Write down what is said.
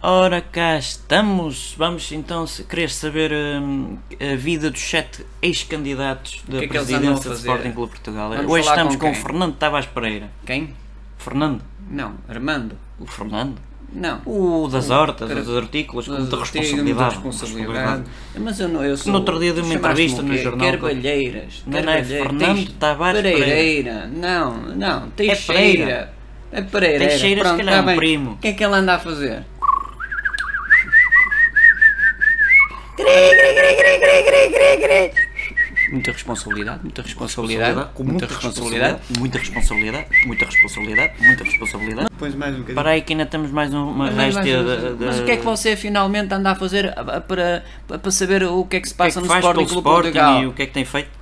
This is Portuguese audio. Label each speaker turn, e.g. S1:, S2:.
S1: Ora cá estamos! Vamos então, se queres saber hum, a vida dos sete ex-candidatos da
S2: que é que eles
S1: presidência
S2: andam a
S1: do
S2: fazer?
S1: Sporting Clube Portugal.
S2: Vamos
S1: Hoje
S2: falar
S1: estamos
S2: com
S1: com, o
S2: quem?
S1: Fernando Tavares Pereira.
S2: Quem?
S1: Fernando?
S2: Não, Armando.
S1: O Fernando?
S2: Não.
S1: O
S2: Hum,
S1: das hortas,
S2: cara-
S1: das hortícolas, com
S2: Mas
S1: muita
S2: eu tenho
S1: responsabilidade.
S2: muita responsabilidade. Mas eu não, eu sou.
S1: No outro dia dei uma
S2: chamaste-me
S1: entrevista
S2: o
S1: no
S2: quê?
S1: jornal.
S2: Carvalheiras.
S1: Não, não, é
S2: Carvalheiras.
S1: Fernando
S2: Teix-
S1: Tavares Pereira.
S2: Pereira. Não, não. Teixeira.
S1: Pereira.
S2: É Pereira.
S1: Teixeira, se
S2: Pronto,
S1: calhar,
S2: tá
S1: é um
S2: bem.
S1: primo.
S2: O que é que ele anda a fazer? Muita responsabilidade, muita responsabilidade,
S1: Com muita responsabilidade, muita responsabilidade, muita responsabilidade, muita responsabilidade.
S3: Pões mais um bocadinho.
S1: Para aí que ainda temos mais um, uma
S2: Mas,
S1: réstia da- da-
S2: mas o que é que você finalmente anda a fazer a- a- para, para saber o que é que se
S1: o que é
S2: passa
S1: que
S2: no
S1: faz
S2: Sporting
S1: pelo
S2: Clube
S1: Sporting
S2: Portugal?
S1: e o que é que tem feito?